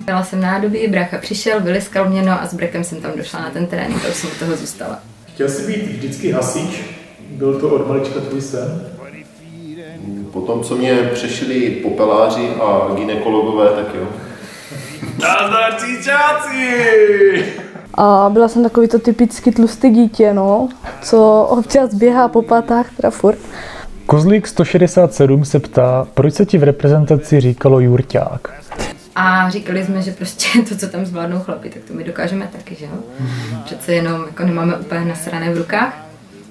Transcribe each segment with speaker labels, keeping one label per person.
Speaker 1: Nechala jsem nádobí, brácha přišel, vyliskal mě, no a s brekem jsem tam došla na ten trénink a už jsem u toho zůstala.
Speaker 2: Chtěl jsi být vždycky hasič? Byl to od malička tvůj sen?
Speaker 3: Potom, co mě přešli popeláři a ginekologové, tak jo.
Speaker 2: Nazdar cíčáci!
Speaker 4: A byla jsem takový to typicky tlustý dítě, no, co občas běhá po patách, teda furt.
Speaker 5: Kozlík 167 se ptá, proč se ti v reprezentaci říkalo Jurťák?
Speaker 1: A říkali jsme, že prostě to, co tam zvládnou chlapi, tak to my dokážeme taky, že jo? Přece jenom jako nemáme úplně nasrané v rukách.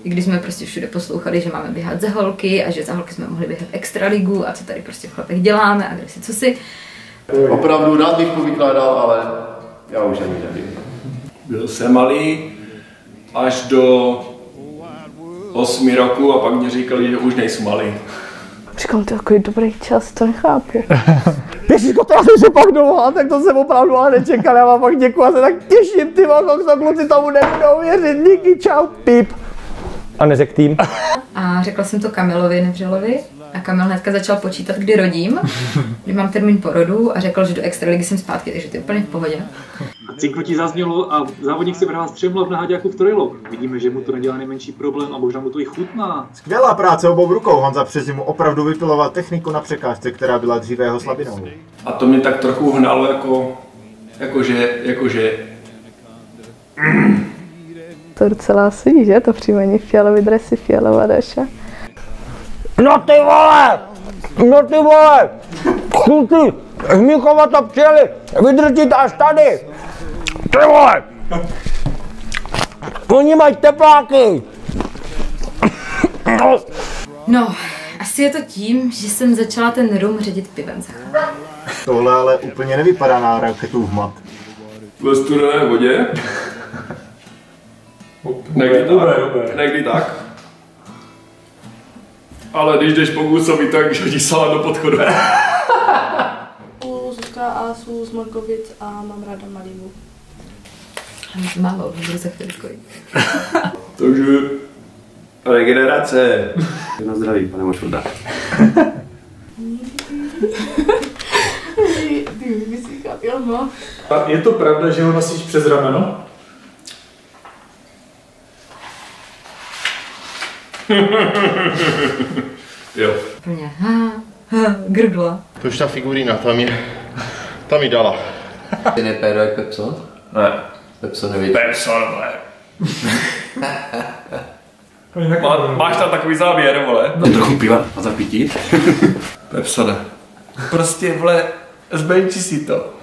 Speaker 1: I když jsme prostě všude poslouchali, že máme běhat za holky a že za holky jsme mohli běhat extraligu a co tady prostě v chlapech děláme a kde si co si.
Speaker 3: Opravdu rád bych povykládal, ale já už ani nevím.
Speaker 6: Byl jsem malý až do osmi roku a pak mě říkali, že už nejsem malý.
Speaker 4: Říkám, to je takový dobrý čas, to nechápu.
Speaker 7: Ježíško, to já jsem se pak dovolal, tak to jsem opravdu ale nečekal, já vám pak děkuji a se tak těším, ty vám to kluci tomu nebudou věřit, díky, čau, pip. A neřek tým.
Speaker 1: A řekla jsem to Kamilovi Nevřelovi a Kamil hnedka začal počítat, kdy rodím, kdy mám termín porodu a řekl, že do extraligy jsem zpátky, takže to je úplně v pohodě.
Speaker 8: Cinknutí zaznělo a závodník si vrhá střemlo v naháďáku v trojlo. Vidíme, že mu to nedělá nejmenší problém a možná mu to i chutná.
Speaker 9: Skvělá práce obou rukou, Honza Přezimu opravdu vypiloval techniku na překážce, která byla dříve jeho slabinou.
Speaker 6: A to mě tak trochu hnalo jako, jakože, jakože
Speaker 4: To docela sedí, že? To příjmení fialový dresy, fialová daša.
Speaker 7: No ty vole! No ty vole! Kluci, z Míchova to přijeli, vydržit až tady! Ty vole! Oni mají tepláky! No,
Speaker 1: No, asi je to tím, že jsem začala ten rum ředit pivem za chlapa.
Speaker 9: Tohle ale úplně nevypadá na raketu v mat.
Speaker 6: ve studené vodě. Někdy tak, někdy tak. Ale když jdeš po gusovi, tak že ti salát do podchodu.
Speaker 10: Zuzka a jsou z Morkovic a mám ráda Malibu.
Speaker 1: A málo, budu za chvilku.
Speaker 6: Takže regenerace.
Speaker 3: Na zdraví, pane Mošurda.
Speaker 10: Ty, ty, vysíchat, jo, no.
Speaker 2: A je to pravda, že ho nosíš přes rameno?
Speaker 6: Jo.
Speaker 1: Úplně ha, ha, grdla.
Speaker 3: To už ta figurína, tam je, tam ji dala.
Speaker 11: Ty nepéro jak Pepso?
Speaker 6: Ne.
Speaker 11: Pepso nevidí.
Speaker 6: Pepson, vole. Má, máš tam takový záběr, vole. No trochu piva a zapítí. Pepsone. Prostě, vole, zmenší si to.